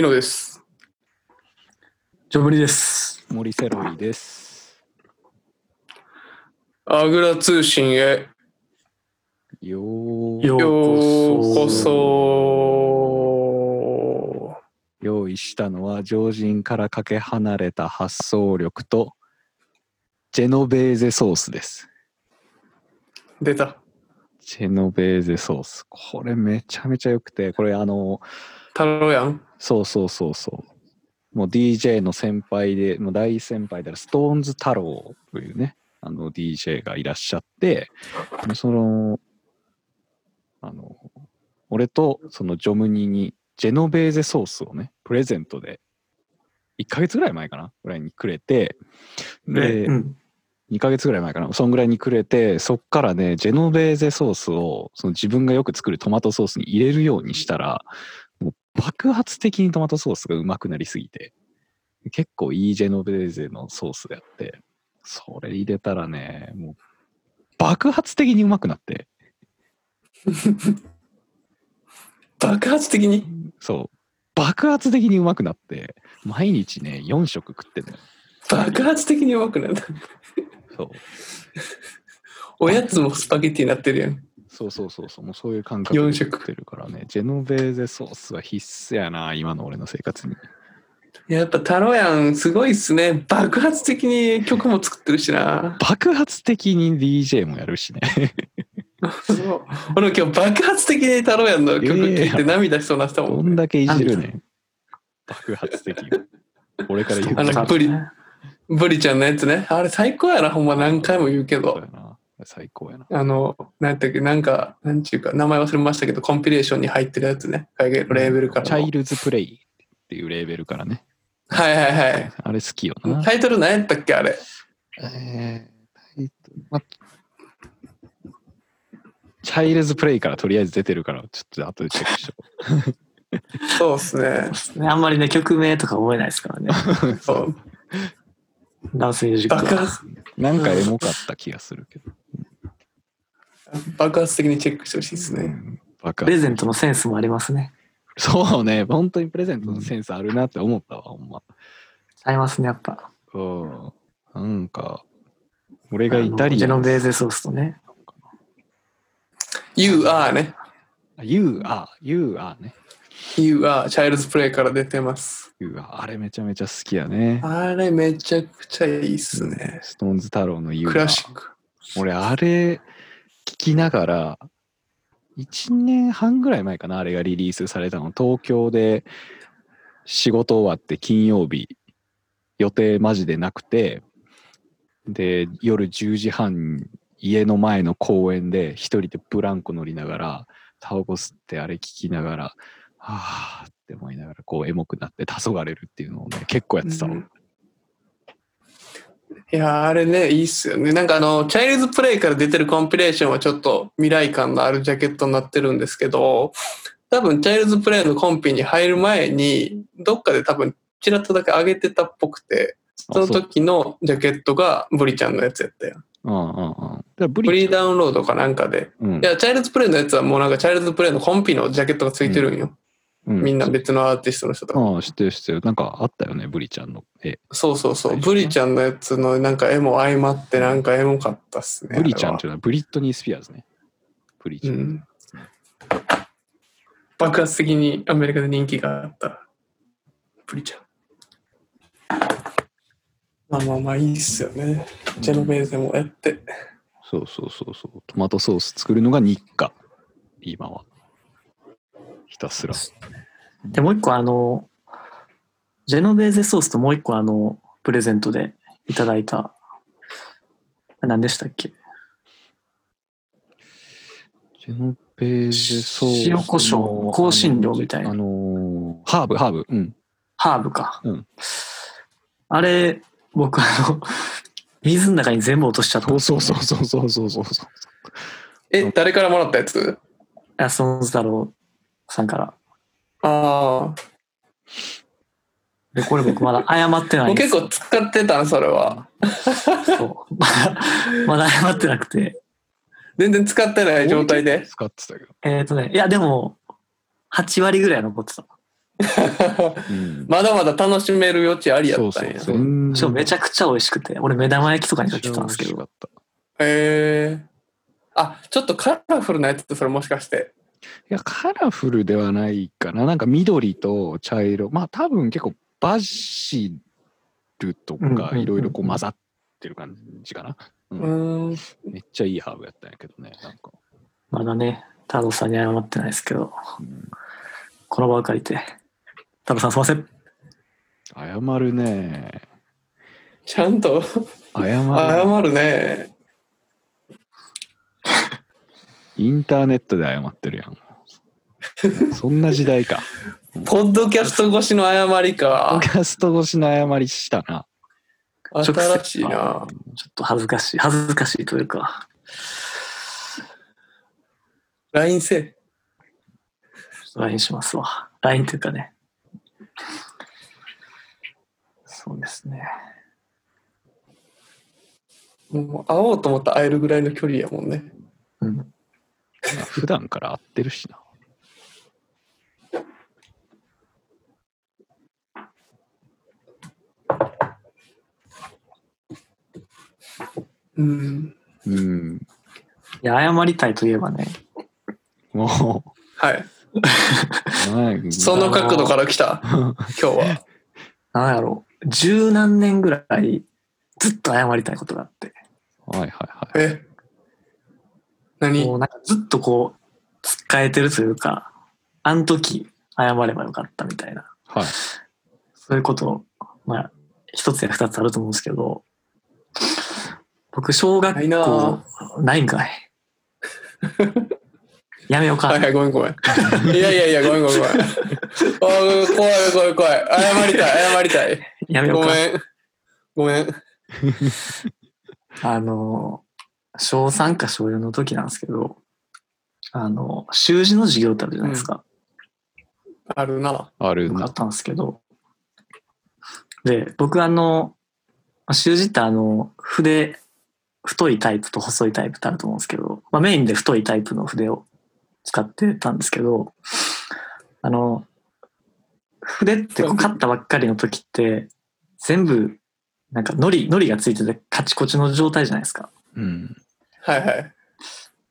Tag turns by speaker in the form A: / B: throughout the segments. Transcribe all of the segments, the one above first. A: 野です。
B: ジョブリです。
C: 森セロイです。
A: アグラ通信へ
C: よー
B: よ
A: よう
B: う
A: こ
B: こ
A: そ。
C: 用意したのは常人からかけ離れた発想力とジェノベーゼソースです。
A: 出た。
C: ジェノベーゼソース。これめちゃめちゃ良くて、これあの、
A: タロヤン。
C: そうそうそうそう。もう DJ の先輩で、もう大先輩であるストーンズ太郎というね、あの DJ がいらっしゃって、その、あの、俺とそのジョムニにジェノベーゼソースをね、プレゼントで、1ヶ月ぐらい前かなぐらいにくれて、で、
B: うん
C: 2ヶ月ぐらい前かなそんぐらいにくれて、そっからね、ジェノベーゼソースをその自分がよく作るトマトソースに入れるようにしたら、もう爆発的にトマトソースがうまくなりすぎて、結構いいジェノベーゼのソースであって、それ入れたらね、もう爆発的にうまくなって、
A: 爆発的に。
C: そう、爆発的にうまくなって、毎日ね、4食食ってんのよ。
A: 爆発的にうまくなった。
C: そう
A: おやつもスパゲッティになってるやん。
C: そうそうそうそう、もうそういう感覚
A: 四
C: で
A: 色
C: 食ってるからね。ジェノベーゼソースは必須やな、今の俺の生活に。
A: やっぱタロヤンすごいっすね。爆発的に曲も作ってるしな。
C: 爆発的に DJ もやるしね。
A: そう俺も今日爆発的にタロヤンの曲聴いて涙しそうになってたも
C: ど
A: ん。
C: んだけいじるねん。爆発的よ。俺から言う
A: あ
C: と
A: の
B: やっ
A: プリブリちゃんのやつね。あれ最高やな。ほんま何回も言うけ
C: そう
A: ど
C: や。な最高やな。
A: あの、なんやったっけ、なんか、なんちゅうか、名前忘れましたけど、コンピレーションに入ってるやつね。海外のレーベルから
C: チャ
A: の
C: イ。ルズプレイっていうレーベルからね。
A: はいはいはい。
C: あれ好きよな。
A: タイトル何やったっけあれ。
C: えータイトルまチャイルズプレイからとりあえず出てるから、ちょっと後でチェックしとこ
A: そうですね。
B: あんまりね、曲名とか覚えないですから ね。
A: そう
B: ダンスミュージック
A: 爆
B: は。
A: 発、
C: う。なんかエモかった気がするけど。
A: 爆発的にチェックしてほしいですね。
C: 爆
B: プレ
C: 発
B: ゼントのセンスもありますね。
C: そうね、本当にプレゼントのセンスあるなって思ったわ、ほんま。
B: 合いますね、やっぱ。
C: うん。なんか、俺がイタリ
B: ジェ
C: ア
B: ノ
C: ン。
B: ベーゼソースとね。
A: You are ね。
C: You are, you are ね。
A: You are Child's Play から出てます。
C: You are あれめちゃめちゃ好きやね。
A: あれめちゃくちゃいいっすね。
C: ストーンズ太郎の You
A: クラシッ
C: are。
A: ク。
C: 俺、あれ、聞きながら、1年半ぐらい前かな、あれがリリースされたの。東京で仕事終わって金曜日、予定マジでなくて、で、夜10時半、家の前の公園で一人でブランコ乗りながら、タバコ吸ってあれ聞きながら、はあって思いながら、こう、エモくなって、黄昏れるっていうのをね、結構やってたの。
A: いやーあれねいいっすよねなんかあのチャイルズプレイから出てるコンピレーションはちょっと未来感のあるジャケットになってるんですけど多分チャイルズプレイのコンピに入る前にどっかで多分ちらっとだけ上げてたっぽくてその時のジャケットがブリちゃんのやつやったよ
C: うんうんうん。で
A: ブ
C: ブ
A: リ
C: リ
A: ーダウンロードかなんかで
C: うん
A: いやチャイルズプレイのやつはもうなんかチャイルズプレイのコンピのジャケットがついてるんよ、
C: うん
A: みんな別のアーティストの人とか、
C: ああ、知ってる知ってる。なんかあったよね、ブリちゃんの絵。
A: そうそうそう
C: 最初
A: ブ
C: ね
A: リちゃんのやつのなんか絵も相まってなんかエモかったっすね
C: ブリちゃん
A: あ
C: っていうのはブリットニー・スピアーズね。ブリち
A: れ
C: ゃ
A: は
C: ん。
A: うん爆発的にアメリカで人気があったプリちゃんまあまあまあいいっすよねジェノベーゼもやって
C: そうそうそうそう。トマトソース作るのが日課。今は。ひたすら。
B: で、もう一個あの、ジェノベーゼソースともう一個あの、プレゼントでいただいた、何でしたっけ
C: ジェノベーゼソースの。
B: 塩コショウ香辛料みたいな
C: あのーハーブ、ハーブ。うん。
B: ハーブか。
C: うん
B: あれ、僕あの、水の中に全部落としちゃったん
C: そう
B: です
C: そ
B: よ
C: う
B: ね。
C: そうそうそうそうそう そう。
A: え誰からもらったやつ
B: ラストンズ太郎さんから。
A: あ
B: で、これ僕まだ謝ってな
A: あも
B: い
A: うん
B: です
A: 結
B: よ。
A: 構使ってたのそれは
B: そうまだ、まだ謝ってなくて。
A: 全然使ってない状態で
C: 使ってたけど。
B: えっ、とね、いやでも、8割ぐらいは残ってた。
C: うん
A: まだまだ楽しめる余地ありやったんや。
C: そう
B: しかもめちゃくちゃ美味しくて、俺目玉焼きとかにかけてたんですけ
C: 美味しか
B: ど、
C: った
A: へえあ、ちょっとカラフルなやつってそれもしかして。
C: いや、カラフルではないかな。なんか緑と茶色。まあ多分結構バジルと
B: うんうん
C: か
B: うん
C: いろいろこう混ざってる感じかな。
A: う
C: う
A: ーん。
C: めっちゃいいハーブやったんやけどね。なんか。
B: まだね、太郎さんに謝ってないですけど、
C: うん
B: この場を借りて、太郎さんすいません。
C: 謝るね。
A: ちゃんと
C: 謝る。
A: 謝るね。
C: インターネットで謝ってるやん。そんな時 代か。
A: ポッドキャスト越しの謝り
C: ポッ
A: か
C: ド。キャスト越しの謝りしたな。
B: 直接
A: 新しいな。
B: ちょっと恥ずかしい、恥ずかしいというか、
A: LINE せえ。
B: LINE しますわ。LINE というかね。そうですね。
A: もう会おうと思ったら会えるぐらいの距離やもんね。
B: うん。
C: 普段から会ってるしな。
A: うん。
C: うん。
B: いや、謝りたいといえばね、
C: も
A: はい。
C: うなんか、
A: その角度から 来た。今日は。
B: なんやろう、十何年ぐらいずっと謝りたいことがあって、
C: はいはいは
A: え何
B: もうなんかずっとこう、使えてるというか、あの時謝ればよかったみたいな、
C: い。はい。
B: そういうこと、まあ、一つや二つあると思うんですけど、僕、小学校、
A: ないな
B: ないんかい。 やめようか。
A: はいはい、ごめんごめん。いやいやいや、ごめんごめん ごめん。あー怖い怖い怖い。謝りたい、謝りたい。
B: やめよう
A: ご
B: か。
A: めん。ごめん。
B: あの、小3か小4の時なんですけど、あの、習字の授業ってあるじゃないですか。
A: あるな。
C: ある
B: よかっ
C: な。
B: たんですけど。で、僕あの、習字ってあの、筆、太いタイプと細いタイプってあると思うんですけど、まあ、メインで太いタイプの筆を使ってたんですけど、あの、筆ってこう買ったばっかりの時って、全部、なんか、糊、糊がついてて、カチコチの状態じゃないですか。
C: うん。
A: はいはい。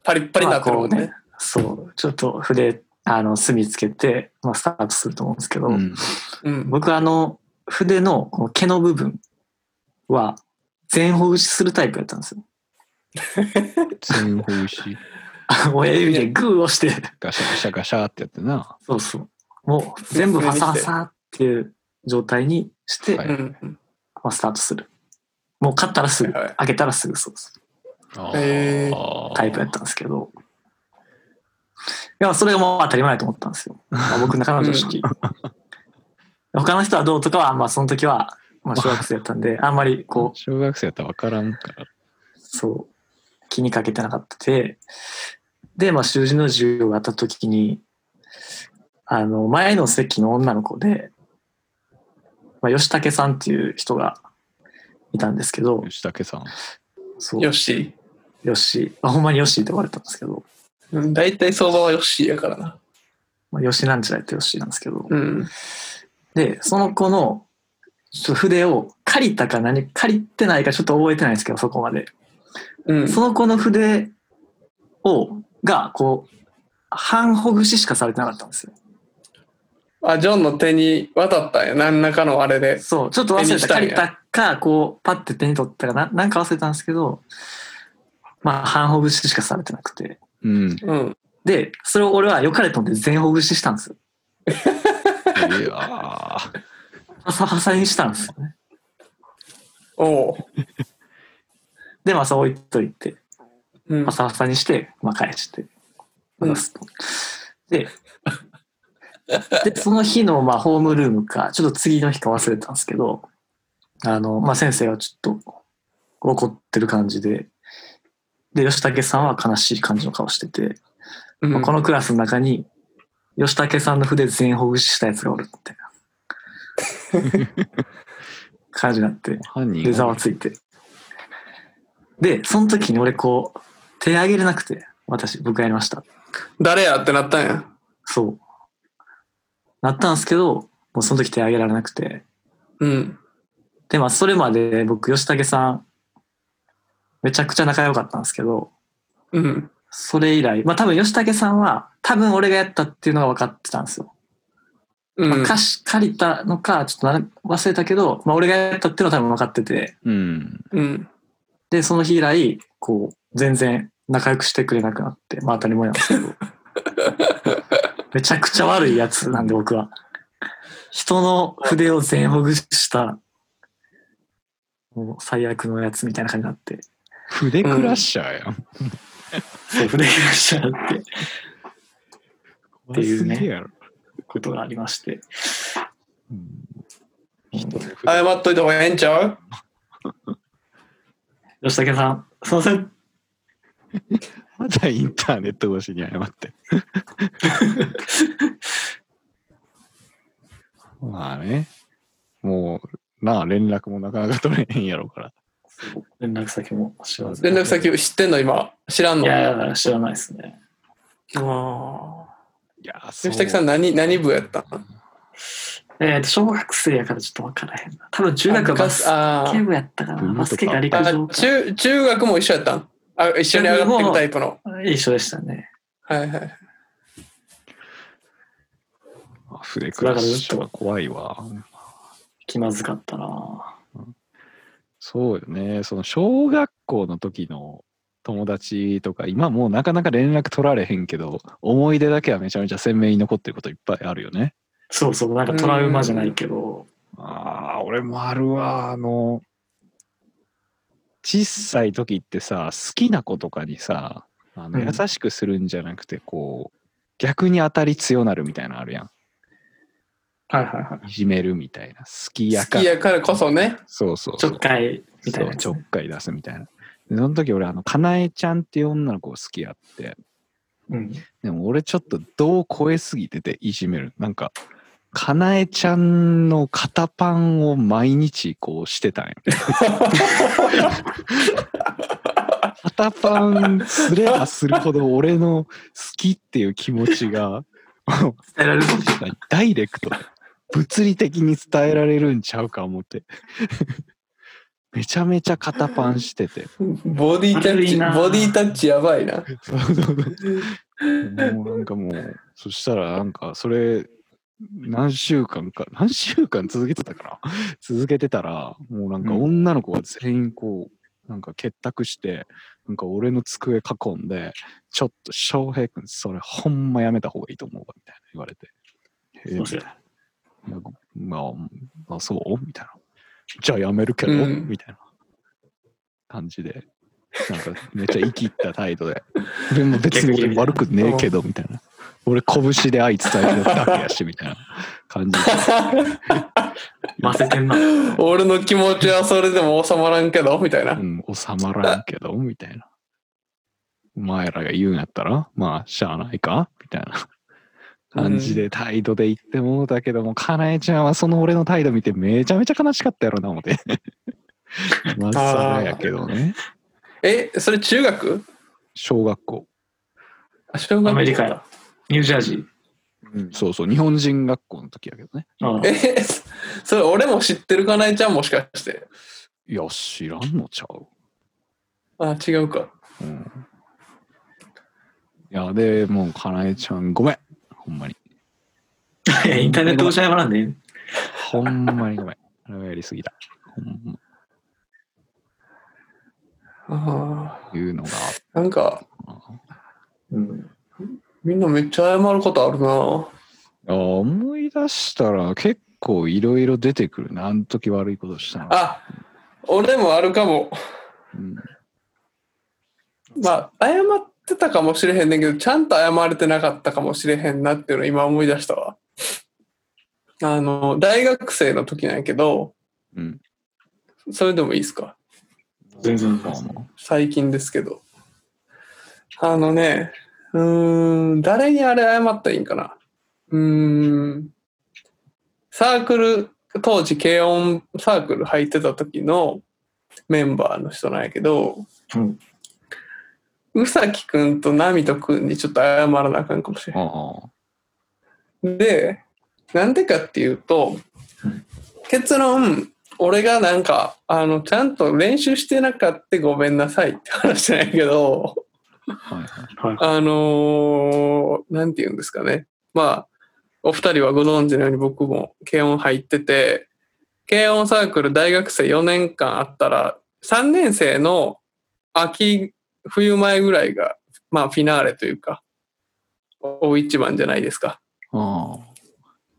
A: パリッパリになってるもん
B: まあ
A: ね
B: こ。そう、ちょっと筆、あの、墨つけて、まあ、スタートすると思うんですけど、
C: うん
A: うん。
B: 僕あの筆のこの毛の部分は全方打ちするタイプやったんですよ。
C: 全方し、
B: 親指でグーをして、
C: ガシャガシャガシャってやってな。
B: そうそう。もう全部ファサファサっていう状態にして、
C: は
A: う
C: い
A: ん。
B: まあ、スタートする。もう買ったらすぐ、
A: はいはい
B: 開けたらすぐそうです。
A: へー
C: あー
B: タイプやったんですけど。いや、それがもう当たり前やと思ったんですよ。まあ、僕の中の常識。他の人はどうとかは、まあその時は、まあ小学生やったんで、あんまりこう、
C: 小学生やったら分からんから。
B: そう。気にかけてなかったで、で、まあ、習字の授業があった時に、あの、前の席の女の子で、まあ、吉武さんっていう人がいたんですけど、
C: 吉武さん。
B: そう、
A: よし。
B: よし、まあ、ほんまによしって言われたんですけど、
A: うん大体相場はよしやからな。
B: まあ、よしなんちゃらってよしなんですけど、
A: うん。
B: で、その子のちょっと筆を借りたか何、借りてないかちょっと覚えてないんですけど、そこまで。
A: うん。
B: その子の筆を、が、こう、半ほぐししかされてなかったんですよ。
A: あ、ジョンの手に渡ったんや。何らかのあれで。
B: そう、ちょっと忘
A: 手
B: れ。
A: にしたたんや
B: 借りたか、こう、パッて手に取ったかな、なんか忘れたんですけど、まあ、半ほぐししかされてなくて。
C: うん。
A: うん。
B: で、それを俺は良かれと思って全ほぐししたんですよ。
C: いやー
B: パサパサにしたんですよね。
A: おう。
B: で、まあ、そう置いといて、
A: うん
B: パ。サパサにして、まあ、返して、渡すと。で、で、その日の、まあ、ホームルームか、ちょっと次の日か忘れたんですけど、あの、まあ、先生はちょっと怒ってる感じで、で、吉武さんは悲しい感じの顔してて、
A: うん
B: まあこのクラスの中に、吉武さんの筆全ほぐししたやつがおるみ たいな感じになって、
C: 犯人
B: で、ざわついて。で、その時に俺こう、手挙げれなくて、私、僕やりました。
A: 誰やってなったんや。
B: そう。なったんですけど、もうその時手挙げられなくて。
A: うん。
B: で、まあ、それまで僕、吉武さん、めちゃくちゃ仲良かったんですけど、
A: うん。
B: それ以来、まあ、多分吉武さんは、多分俺がやったっていうのが分かってたんですよ。
A: う
B: まあ
A: ん。
B: 貸し借りたのか、ちょっとな忘れたけど、まあ、俺がやったっていうのは多分分かってて、
C: うん。
A: うん。
B: で、その日以来、こう、全然仲良くしてくれなくなって、まあ、当たり前なんですけ ど。めちゃくちゃ悪いやつなんで、僕は。人の筆を全ほぐした、もう最悪のやつみたいな感じになって。
C: 筆クラッシャーや
B: そ
C: ん。
B: う、触れましたって
C: っ
B: っていうね
C: やろ。
B: ことがありまして。
C: うん
A: 謝っといた方がええんちゃう
B: 吉武さん、すいません。
C: まだインターネット越しに謝 って。まあね。もう、なあ、連絡もなかなか取れへんやろから。
B: 連絡先も知らず。
A: 連絡先知ってんの今。知らん
B: い
A: のあ
B: やいや、知らないですね。
A: あ。
C: いやー、そう
A: 吉武さん何、何部やったん
B: えっ、と、小学生やからちょっとわからへんな。多分中学はバス
A: あ
B: ケ部やったかな。バスケか陸
A: あ
B: 上
A: あ
B: か。
A: 中中学も一緒やったんあ一緒に上がっていくタイプの。
B: 一緒でしたね。
A: はいはい。
C: あ筆クラッシャーは怖いわ。
B: 気まずかったな
C: そうよね。その小学校の時の友達とか、今もうなかなか連絡取られへんけど、思い出だけはめちゃめちゃ鮮明に残ってることいっぱいあるよね。
B: そうそう、なんかトラウマじゃないけど。
C: ああ、俺もあるわ。あの、小さい時ってさ、好きな子とかにさ、あの
B: うん
C: 優しくするんじゃなくて、こう、逆に当たり強なるみたいなのあるや
B: はいはいはい。
C: ん。いじめるみたいな。好きや
A: 好
C: か
A: き。やからこそね。
C: そうそう
B: ち
C: そ
B: ょ
C: う。
B: っかいみたいなやつ
C: そ
B: ね、
C: うちょっかい出すみたいな。でその時俺、あの、かなえちゃんっていう女の子を好きやって、
B: うん。
C: でも俺ちょっと度を超えすぎてていじめる。なんか、かなえちゃんの肩パンを毎日こうしてたんよ。肩パンすればするほど俺の好きっていう気持ちが、
B: 伝えられるかもしれ
C: ダイレクト、物理的に伝えられるんちゃうか思って。めちゃめちゃ肩パンしてて。
A: ボディタ
B: 悪
A: ッ
B: い
A: チ、
B: な
A: ボディタッチやばいな。
C: そうそうそうもうなんかもう、そしたらなんか、それ、何週間か、何週間続けてたかな 続けてたら、もうなんか
B: うん
C: 女の子が全員こう、なんか結託して、なんか俺の机囲んで、ちょっと翔平君、それほんまやめた方がいいと思うわ、みたいな言われて。えー
B: ない
C: み
B: そう
C: たい
B: ですね。
C: な。まあ、まあ、そうみたいな。じゃあやめるけど、
A: うん
C: みたいな感じで。なんかめっちゃ言い切った態度で。でも別に俺悪くねえけど、みたいな。俺拳で愛伝えてるだけやし、みたいな感じで。
B: 混ぜてんな。
A: 俺の気持ちはそれでも収まらんけど、みたいな
C: う。ん、収まらんけど、みたいな。お前らが言うんやったら、まあ、しゃあないかみたいな感じで態度で言ってものだけども、かなえちゃんはその俺の態度見てめちゃめちゃ悲しかったやろな、思 って。まさらやけどね。
A: え、それ中学
C: 小学校。
A: あ小学校
B: アメリカや。ニュージャージー。
C: そうそう、日本人学校の時やけどね。
B: ああ
A: え、それ俺も知ってるかなえちゃんもしかして。
C: いや、知らんのちゃう。
A: あ、違うか。
C: うん。いや、で、もう、かなえちゃん、ごめん。ほんまに。
B: いやインターネット越し謝らんでいい
C: ほんまにごめん。あれはやりすぎた。ほんま
A: あ
C: いうのがあっ
A: ーなんか、
C: たな。
B: うん。
A: みんなめっちゃ謝ることあるな。
C: あ思い出したら結構いろいろ出てくるな。あの時悪いことしたの。
A: あ、俺もあるかも。
C: うん
A: まあ、謝ってたかもしれへんねんけど、ちゃんと謝れてなかったかもしれへんなっていうのを今思い出したわ。あの、大学生の時なんやけど、
C: うん。
A: それでもいいですか
B: 全然
C: まあまあ
A: 最近ですけど。あのね、うーん、誰にあれ謝ったらいいんかな。うーん、サークル、当時軽音サークル入ってた時のメンバーの人なんやけど、
B: うん。
A: 宇崎くんとナミトくんにちょっと謝らなあかんかもしれ
C: ああ。
A: ない。で、なんでかっていうと
B: うん、
A: 結論、俺がなんか、あの、ちゃんと練習してなかったごめんなさいって話じゃないけど、
C: はいはい
B: はい。
A: あのーなんて言うんですかね。まあ、お二人はご存知のように僕も軽音入ってて、軽音サークル大学生4年間あったら、3年生の秋、冬前ぐらいが、まあ、フィナーレというか、大一番じゃないですか。
C: あ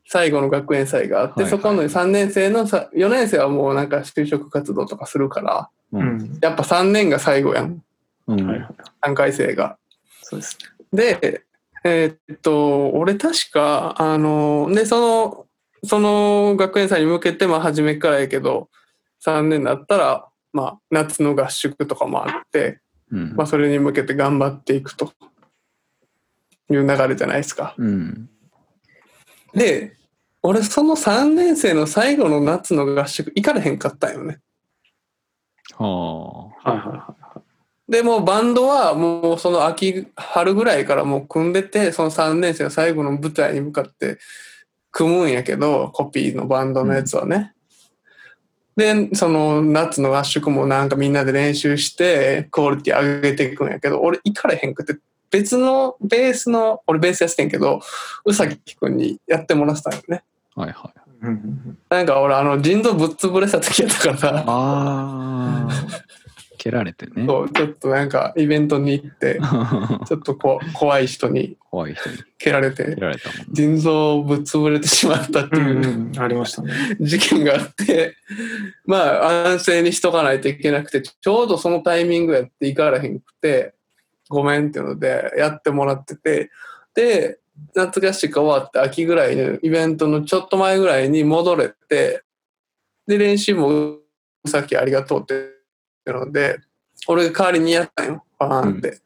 A: 最後の学園祭があって、
C: はいはい
A: そこの3年生のさ、4年生はもうなんか就職活動とかするから、
C: ー
B: う
C: うん
B: ん。
A: やっぱ3年が最後やん、
C: うん
B: はいはい。
A: 3回生が。
B: そうですね。
A: で、えーっと、俺確か、あの、で、その、その学園祭に向けて、まあ、初めからやけど、3年になったら、まあ、夏の合宿とかもあって、
C: うん
A: まあ、それに向けて頑張っていくという流れじゃないですか。
C: うん
A: で、俺、その3年生の最後の夏の合宿、行かれへんかったんよね。
C: は
B: はいはいは
A: で、もうバンドはもうその秋、春ぐらいからもう組んでて、その3年生の最後の舞台に向かって組むんやけど、コピーのバンドのやつはね。で、その夏の合宿もなんかみんなで練習して、クオリティ上げていくんやけど、俺行かれへんくて、別のベースの、俺ベースやってんけど、うさきくんにやってもらってたんよね。
C: あはいはい
B: い。うんうんうん
A: なんか俺あの腎臓ぶっ潰れた時やったから、
C: ああ蹴られてね
A: そうちょっとなんかイベントに行って、ちょっとこう怖い人に
C: 怖い人に
A: 蹴られ
C: 蹴
A: て
C: られたもんね
A: 腎臓をぶっ潰れてしまったって
B: う
A: い
B: ん
A: う、
B: うんありましたね。
A: 事件があってまあ安静にしとかないといけなくてちょうどそのタイミングやって行からへんくてごめんっていうのでやってもらっててで夏合宿終わって秋ぐらいのイベントのちょっと前ぐらいに戻れてで練習もさっきありがとうっていうので俺が代わりにやったんよバーンって、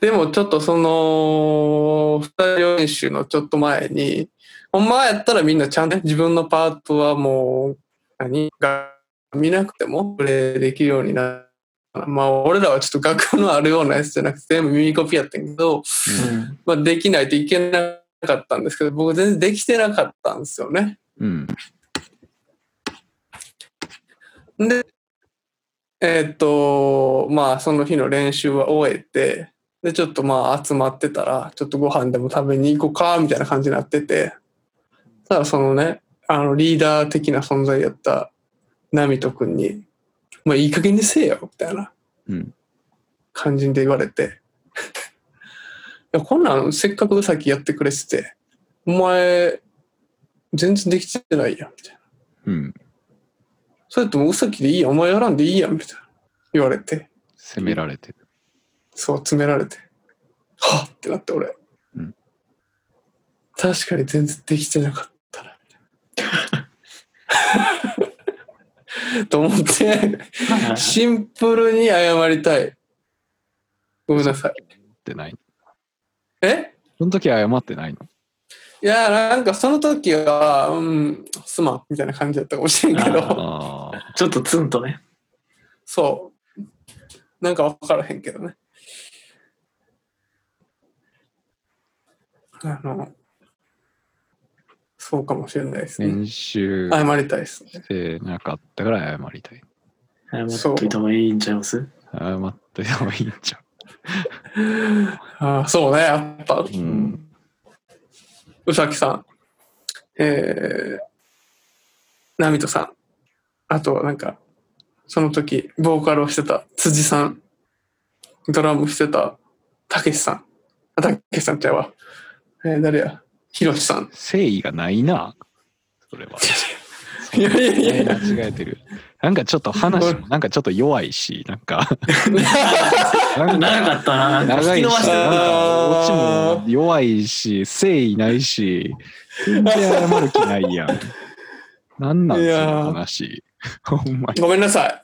A: でもちょっとそのスタジオ練習のちょっと前にほんまやったらみんなちゃんと自分のパートはもう何が見なくてもプレイできるようになるまあ俺らはちょっと楽譜のあるようなやつじゃなくて全部耳コピやってんけど、
B: うん
A: まあ、できないといけなかったんですけど僕全然できてなかったんですよね。
C: うん
A: でえーっとまあその日の練習は終えてでちょっとまあ集まってたらちょっとご飯でも食べに行こうかみたいな感じになっててただそのねあのリーダー的な存在やったナミト君に「まあいい加減にせえよ」みたいな
C: うん
A: 感じで言われて いやこんなんせっかくうさきやってくれててお前全然できてないやんみたいな
C: うん
A: それともうさきでいいやんお前やらんでいいやんみたいな言われて
C: 責められてる
A: そう詰められてはっってなって俺、
C: うん
A: 確かに全然できてなかったなみたいな と思って
B: はいはい
A: シンプルに謝りたいごめんなさい
C: ってない
A: え
C: その時謝ってないの
A: いやなんかその時はうんすまんみたいな感じだったかもしれんけど
C: ああ
B: ちょっとツンとね。
A: そうなんか分からへんけどねあのそうかもしれないですね
C: 練習
A: 謝りたいですね
C: してなかったから謝りたい
B: 謝っといた方がいいんちゃいます
C: 謝ってもいいんじゃ
A: あーそうねやっぱ
C: んうん
A: うさきさんえー、ナミトさんあとはなんかその時ボーカルをしてた辻さんドラムしてたたけしさんあたけしさんちゃうわ、えー誰やひろしさん
C: 誠意がないなそれはい
A: やいやい
C: 間
A: やいや
C: 違えてるなんかちょっと話 もなんかちょっと弱いしなん かなんか
B: 長かったな。なんか
C: 長
B: 引
C: い
B: き伸
C: し
B: ばし
A: あ
B: てる。
A: ー
C: なんかオチも弱いし誠意ないし全然謝る気ないやんなんなんそ
A: いやー
C: の話 ほんまに
A: ごめんなさい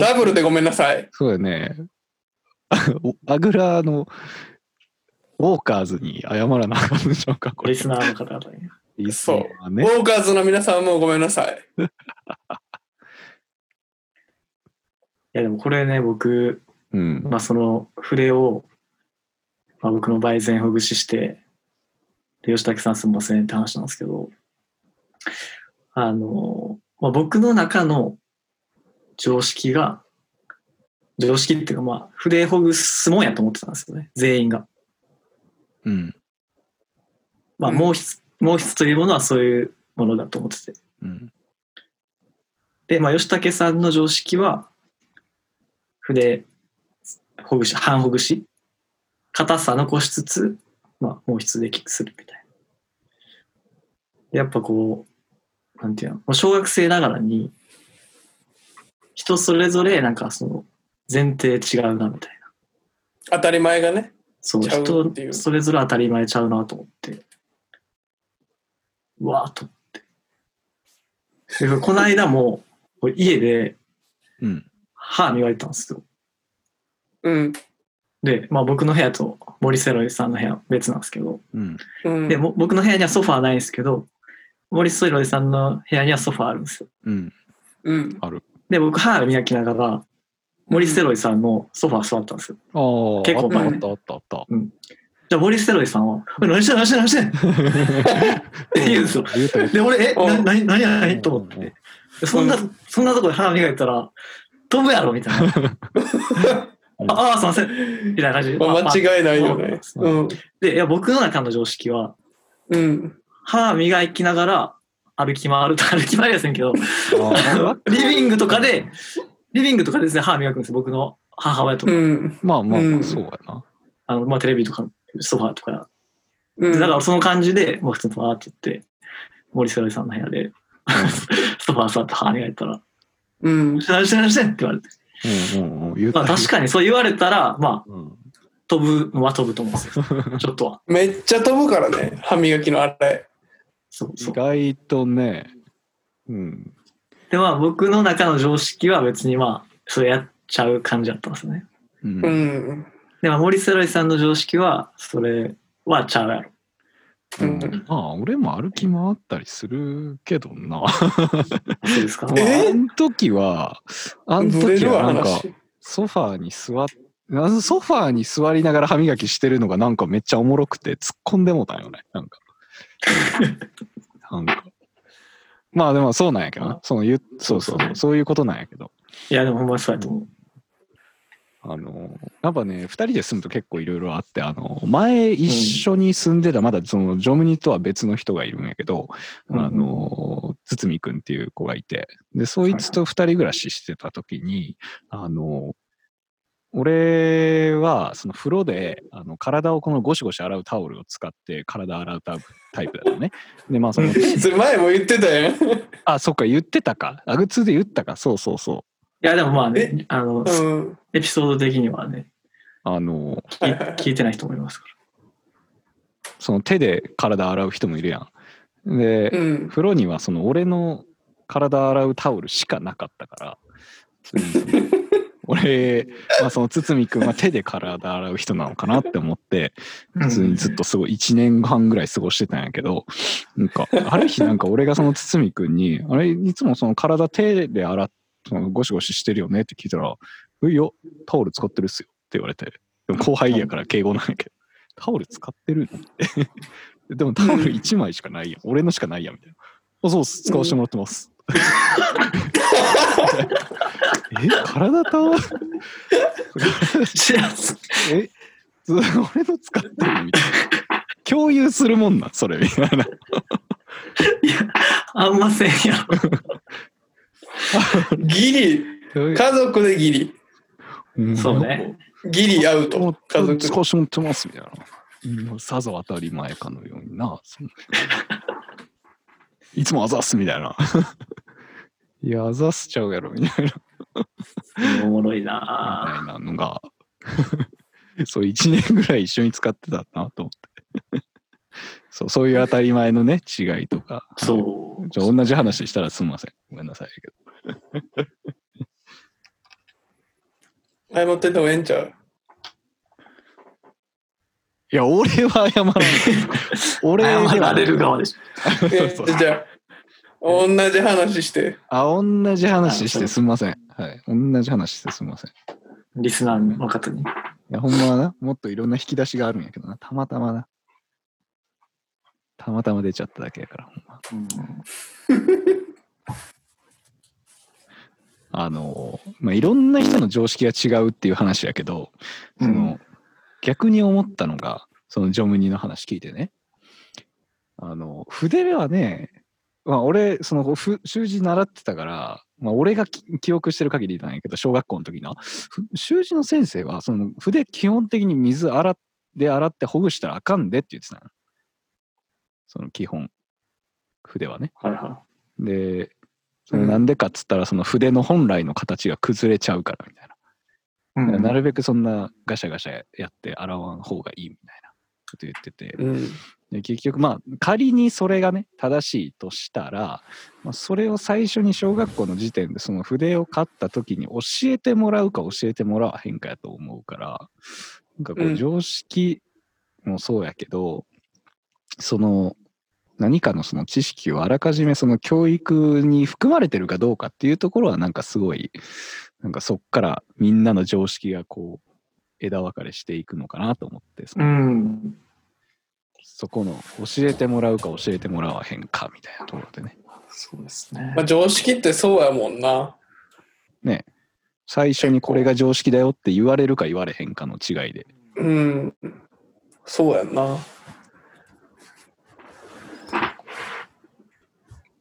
A: ダブルでごめんなさい
C: そうだね。おアグラのウォーカーズに謝らなあかんでしょうか、これ
B: リ。スナーの方々に。
C: リスナーは
A: ウ
C: ね。
A: ォーカーズの皆さんもごめんなさい
B: いやでもこれね僕、
C: うん。
B: まあ、その筆を、まあ、僕の倍前ほぐししてで吉武さんすんませんって話なんですけど、あの、まあ、僕の中の常識が、常識っていうかまあ、筆ほぐすもんやと思ってたんですよね。全員が。
C: うん。
B: まあ、
A: うん
B: 毛筆、毛筆というものはそういうものだと思ってて。
C: うん。
B: で、まあ、吉武さんの常識は、筆、ほぐし、半ほぐし、硬さ残しつつ、まあ、毛筆でキックするみたいな。でやっぱこう、なんていうの、もう小学生ながらに、人それぞれ、なんかその、前提違うな、みたいな。
A: 当たり前がね。
B: そう、
A: ちゃう
B: 人
A: っていう
B: それぞれ当たり前ちゃうなと思って。うわーと思って。でこの間も、これ家で、
C: うん。
B: 歯磨いたんですよ。
A: うん。
B: で、まあ僕の部屋と森セロイさんの部屋は別なんですけど、
C: うん。
A: うん、
B: で、も僕の部屋にはソファーないんですけど、森セロイさんの部屋にはソファーあるんですよ。
C: うん。
A: うん。
B: で、僕歯磨きながら、森セロイさんのソファー座ったんですよ。
C: ああ。
B: 結構
C: あ
A: 前
C: ったあったあったあっ。
B: じゃあ森セロイさんは、おい何してん何してん何してんったて言うんですよ。
C: 言うた言うた
B: で、俺、え、な、な、何や
C: う
B: 何
C: ん
B: と思って。でそんな、そんなとこで歯磨いたら、飛ぶやろみたい な。ああ、すいません。みたいな感じで。
A: まあ、間違いないよね。
B: う
A: うん。
B: で、いや、僕の中の常識は、
A: うん。
B: 歯磨きながら歩き回ると、 歩き回りやせん けど、
C: あー
B: リビングとかで、リビングとかでですね、歯磨くんですよ。僕の母親とか、
A: うん。
C: まあまあ
A: う
C: まあ、
A: ん
C: そうやな。
B: あの、まあ、テレビとか、ソファーとか。
A: うん
B: でだからその感じで、もう普通にわーって言って、森瀬ロイさんの部屋で、 ソファー座って歯磨いたら、
A: うん。
B: 何してん何してんって言われて。
C: うんうんうん。言うた
B: まあ確かにそう言われたら、まあ、
C: うん。
B: 飛ぶのは飛ぶと思うんですよ。 ちょっとは。
A: めっちゃ飛ぶからね。歯磨きのあれ。
B: そうそ
C: 意
B: う。
C: 外とね、うん。
B: で、まあ僕の中の常識は別にまあ、それやっちゃう感じだったんですよね。
C: う。
A: うんん。
B: で、まあ森セロイさんの常識は、それはちゃうやろ。
A: うん
C: まあ、俺も歩き回ったりするけどな。
B: そうですか
C: まあ、
A: え
C: あん時は、あん
A: ぶれ
C: 時
A: る
C: は
A: わ、
C: なんか、
A: 話。
C: ソファーに座っなソファーに座りながら歯磨きしてるのがなんかめっちゃおもろくて突っ込んでもうたんよね。なん か。なんか。まあでもそうなんやけどな。そのゆそうそうそう、そういうことなんやけど。
B: いや、でもほんまにそうやと思
C: あの、やっぱね、二人で住むと結構いろいろあって、あの、前一緒に住んでた、まだその、ジョムニとは別の人がいるんやけど、
B: うんうん
C: あの、堤くんっていう子がいて、で、そいつと二人暮らししてた時に、あの、俺は、その風呂で、あの、体をこのゴシゴシ洗うタオルを使って体洗うタイプタイプ だよね。で、まあ、その、
A: それ前も言ってたやん。
C: あ、そっか、言ってたか。アグツーで言ったか。そうそうそう。
B: う。いや、でもまあね、あの、
A: うん。
B: エピソード的にはね、
C: あの、
B: 聞
A: はい
B: い
A: はいはい
B: 聞いてない人もいますか
C: その手で体洗う人もいるやん。で、
A: うん。
C: 風呂にはその俺の体洗うタオルしかなかった からそれに俺、まあ、その堤君は手で体洗う人なのかなって思って
B: ら。
C: 普通に
B: う
C: ずっとすごい1年半ぐらい過ごしてたんやけどなんかある日なんか俺がその堤君に「あれいつもその体手で洗っそのゴシゴシしてるよね」って聞いたら「ういよタオル使ってるっすよ」って言われてでも後輩やから敬語なんやけど「タオル使って る?」ってでもタオル1枚しかないやん俺のしかないやんみたいな「あそうっす使わせてもらってます」 え体タオル
B: 知らず。
C: え それ俺の使ってるみたいな共有するもんなんそれみたいな
B: あんませんやろ。
A: ギリ。家族でギリ。
C: ん
B: そうね
A: ギリアウ
C: もう
A: ト。家族で。
C: 少し持ってますみたいなもうさぞ当たり前かのようになそんないつもあざっすみたいないやあざっすちゃうやろみたいな
B: おもろい
C: み
B: な
C: たいなのがそう1年ぐらい一緒に使ってたなと思ってそうそういう当たり前のね違いとか
B: ぁそう。
C: じゃあ同じ話したらすみませんごめんなさいけど
A: 謝っててもええんちゃう。
C: いや俺 は謝らない俺では
B: 謝られる側でしょ。
C: そうそう
A: えじゃあ、同じ話して。
C: あ、同じ話し
B: あそう
C: てすみません。はい。同じ話してすみません。い
B: リスナーの方に。
C: や、ほんまはな、もっといろんな引き出しがあるんやけどな、たまたまな。たまたま出ちゃっただけやから、ほんま
B: うん
C: あの、まあ、いろんな人の常識が違うっていう話やけど、その、
B: うん
C: 逆に思ったのが、そのジョムニの話聞いてね。あの、筆はね、まあ、俺、その、ふ習字習ってたから、まあ、俺がき記憶してる限りなんやけど、小学校の時の、ふ習字の先生は、その、筆基本的に水洗って、洗ってほぐしたらあかんでって言ってたの。その基本。筆はね。
B: はいは
C: で、そ
B: うん
C: のなんでかっつったら、その筆の本来の形が崩れちゃうからみたい
B: い。
C: な。
B: う
C: だから
B: ん
C: なるべくそんなガシャガシャやって洗わん方がいいみたいなこと言ってて。
A: うん。
C: で結局まあ仮にそれがね正しいとしたら、まあ、それを最初に小学校の時点でその筆を買った時に教えてもらうか教えてもらわへんかやと思うからなんかこ
A: うん
C: う常識もそうやけど、その何かのその知識をあらかじめその教育に含まれてるかどうかっていうところはなんかすごいなんかそっからみんなの常識がこう枝分かれしていくのかなと思ってその
B: うん。
C: そこの教えてもらうか教えてもらわへんかみたいなところでね。
B: そうですね
A: まあ、。常識ってそうやもんな。
C: ね最初にこれが常識だよって言われるか言われへんかの違いで。
A: うん。そうやんな。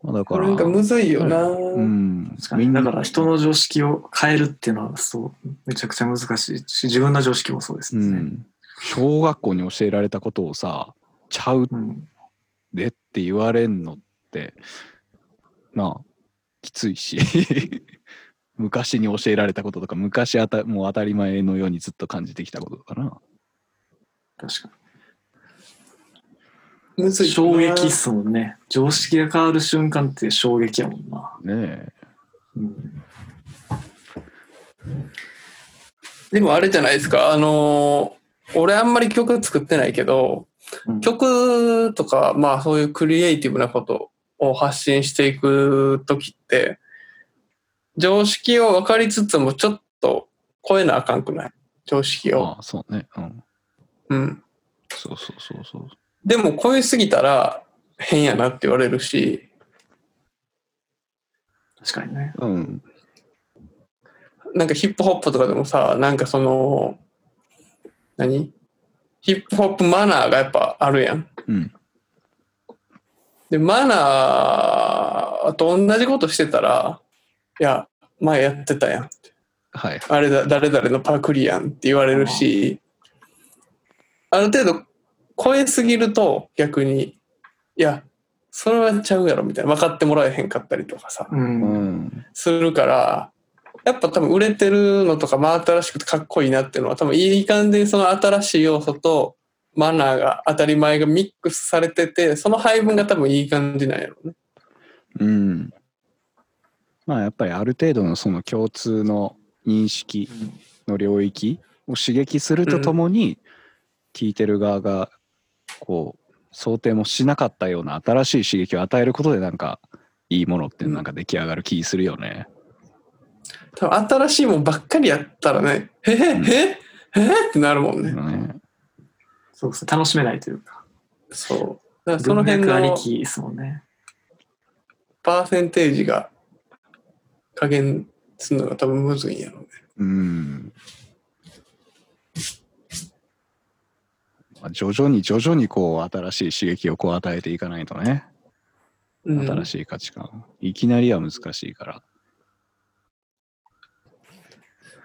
C: まあ、だか
A: こ
C: ら。
A: れなんかむずいよな。
C: うん
B: 確かにだから人の常識を変えるっていうのはそうめちゃくちゃ難しいし自分の常識もそうです
C: う
B: ね。
C: ん。小学校に教えられたことをさ、ちゃう
B: うん
C: でって言われんのって、なあ、きついし。 昔に教えられたこととか、昔あたもう当たり前のようにずっと感じてきたことだな。
B: 確か
A: むず
B: に
A: いよ
B: 衝
A: な
B: 撃っすもんね常識が変わる瞬間って衝撃やもんな、
C: ねえ。
B: うん、
A: でもあれじゃないですか。あのー俺あんまり曲作ってないけど、曲とか、まあそういうクリエイティブなことを発信していくときって、常識を分かりつつもちょっと超えなあかんくない常識を。
C: ああ、そうね。うん。
A: うん。
C: そうそうそうそう。
A: でも超えすぎたら変やなって言われるし、
B: 確かにね
C: うん。
A: なんかヒップホップとかでもさ、なんかその、何ヒップホップマナーがやっぱあるやん。
C: うん。
A: で、マナーと同じことしてたら、いや、前やってたやん。
C: はい。
A: あれだ、誰々のパクリやんって言われるし、ある程度超えすぎると逆に、いや、それはちゃうやろみたいな、分かってもらえへんかったりとかさ、
B: うん、
C: うん。
A: するから、やっぱ多分売れてるのとか真新しくてかっこいいなっていうのは多分いい感じにその新しい要素とマナーが当たり前がミックスされてて、その配分が多分いい感じなんやろね。
C: うん。まあやっぱりある程度のその共通の認識の領域を刺激するとともに、聞いてる側がこう想定もしなかったような新しい刺激を与えることでなんかいいものってなんか出来上がる気するよね。
A: 多分新しいもんばっかりやったらね、へへへ
C: うん
A: へへってなるもんね。
C: ね
B: そうですね楽しめないというか
A: そう。だからそ
B: 文
A: の辺
B: 脈あり
A: の
B: きですもんね
A: パーセンテージが加減するのが多分むずいんやろうね。
C: うん。まあ徐々に徐々にこう新しい刺激をこう与えていかないとね。
A: うん、
C: 新しい価値観、いきなりは難しいから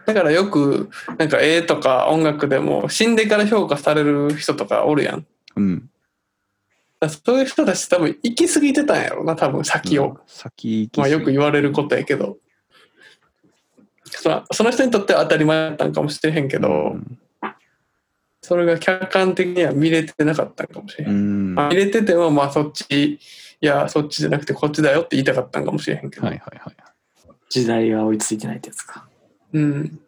A: だからよくなんか絵とか音楽でも死んでから評価される人とかおるやん。だか
C: うん
A: らそういう人たち多分行き過ぎてたんやろな多分先を。
C: 先行き
A: まあよく
C: う
A: 言われることやけど。そのその人にとっては当たり前だったんかもしれへんけど、
C: ん
A: それが客観的には見れてなかったんかもしれへん。
C: うん
A: まあ
C: はい
A: 見れててもまあそっちいやそっちじゃなくてこっちだよって言いたかったんかもしれへんけど、
C: はいはい
B: 時代が追いついてないってやつか
A: うん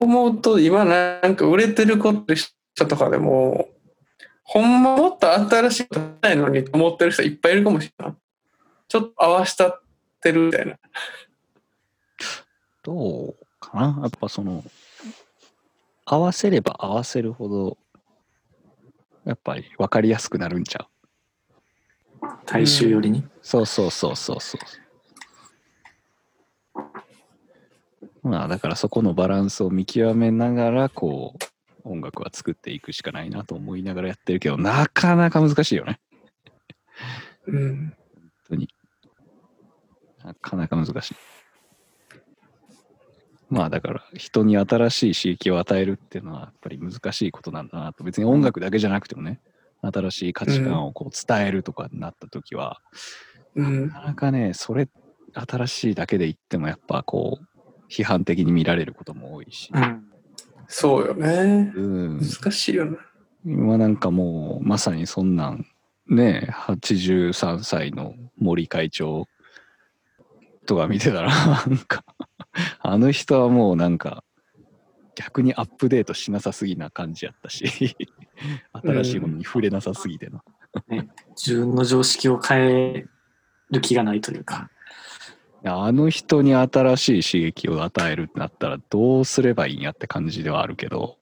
A: 思うと今なんか売れてる子って人とかでもほんまもっと新しいことないのにと思ってる人いっぱいいるかもしれないちょっと合わしたってるみたいな
C: どうかなやっぱその合わせれば合わせるほど、やっぱり分かりやすくなるんちゃ
B: 大衆よりに。
C: うそうそうそうそうそう。まあだからそこのバランスを見極めながら、こう、音楽は作っていくしかないなと思いながらやってるけど、なかなか難しいよね。
A: うん。
C: なかなか難しい。まあだから人に新しい刺激を与えるっていうのはやっぱり難しいことなんだなと別に音楽だけじゃなくてもね新しい価値観をこう伝えるとかになった時は、
A: うん
C: な。かなかねそれ新しいだけで言ってもやっぱこう批判的に見られることも多いし、
B: ん。
A: そうよね。
C: うん、
A: 難しいよね。
C: 今なんかもうまさにそんなんね83歳の森会長とか見てたら なんかあの人はもうなんか逆にアップデートしなさすぎな感じやったし 新しいものに触れなさすぎてな、
B: 自分の常識を変える気がないというか。
C: あの人に新しい刺激を与えるってなったらどうすればいいんやって感じではあるけど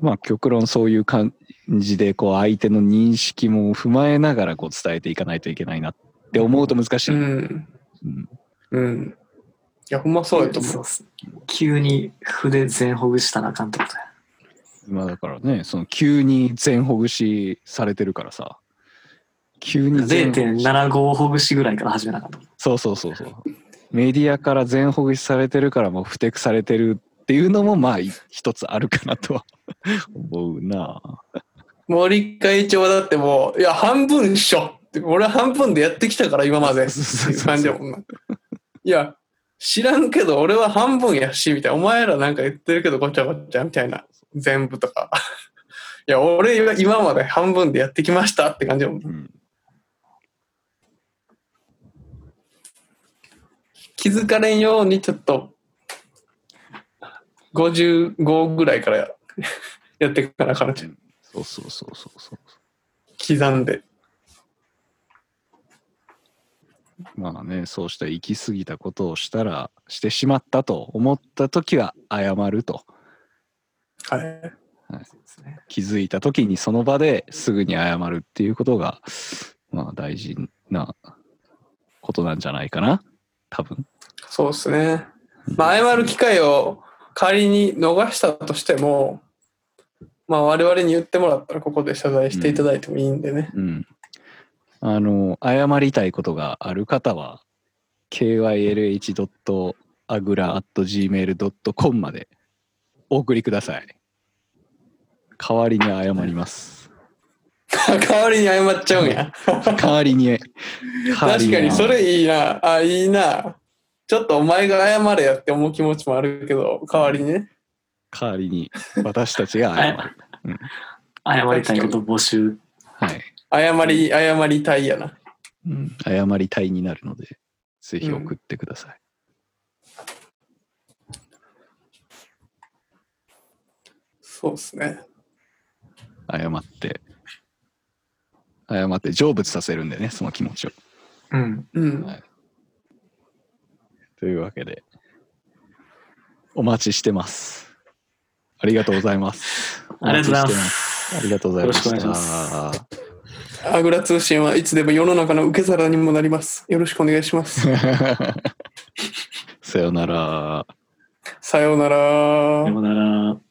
C: まあ極論そういう感じでこう相手の認識も踏まえながらこう伝えていかないといけないなって思うと難しい、
A: うん。
C: うん
A: うん。いや、ほんまそうやと思
B: そうっ。す急に筆全ほぐしたらあかんってことや。
C: 今だからねその急に全ほぐしされてるからさ急に全
B: 0.75ほぐしぐらいから始めなかった。
C: そうそうそうそうメディアから全ほぐしされてるからもうふてくされてるっていうのもまあい一つあるかなとは思うなあ
A: 森会長はだってもう、いや、半分っしょって俺は半分でやってきたから、今まで。って
C: そうそうそう
A: いう感じやもんな。いや、知らんけど、俺は半分やし、みたいな。お前らなんか言ってるけど、ごちゃごちゃ、みたいな。全部とか。 いや、俺は今まで半分でやってきましたって感じやもんな。
C: うん
A: 気づかれんように、ちょっと、55ぐらいから やっていからかな。刻
C: そうそうそうそうそ
A: んで。
C: う。まあね、そうした行き過ぎたことをしたら、してしまったと思った時は謝ると。
A: はい。
C: 気づいた時にその場ですぐに謝るっていうことが、まあ大事なことなんじゃないかな。多分。
A: そうですね。まあ、謝る機会を仮に逃したとしても、まあ、我々に言ってもらったら、ここで謝罪していただいてもいいんでね。
C: うん。あの、謝りたいことがある方は、kylh.agra.gmail.com までお送りください。代わりに謝ります。
A: 代わりに謝っちゃうんや。
C: 代わりに。
A: 確かに、そ
C: 代わり
A: れいいな。あ、いいな。ちょっとお前が謝れやって思う気持ちもあるけど、代わりにね。
C: 代わりに私たちが謝る。
B: 謝りたいこと募集。
C: はい。
A: 謝り、謝りたいやな。
C: うん謝りたいになるので、ぜひ送ってください。
A: そうですね。
C: 謝って。謝って成仏させるんでね、その気持ちを。
B: うん。
A: うん。
C: というわけで、お待ちしてます。ありがとうございます。
B: ありがとうございま。
C: お待ちしてますありがとうございまし
B: よ
C: た。
B: ろしくお願いし
A: アグラ通信はいつでも世の中の受け皿にもなります。よろしくお願いします。
C: さようなら。
A: さようなら
B: さ。ようなら。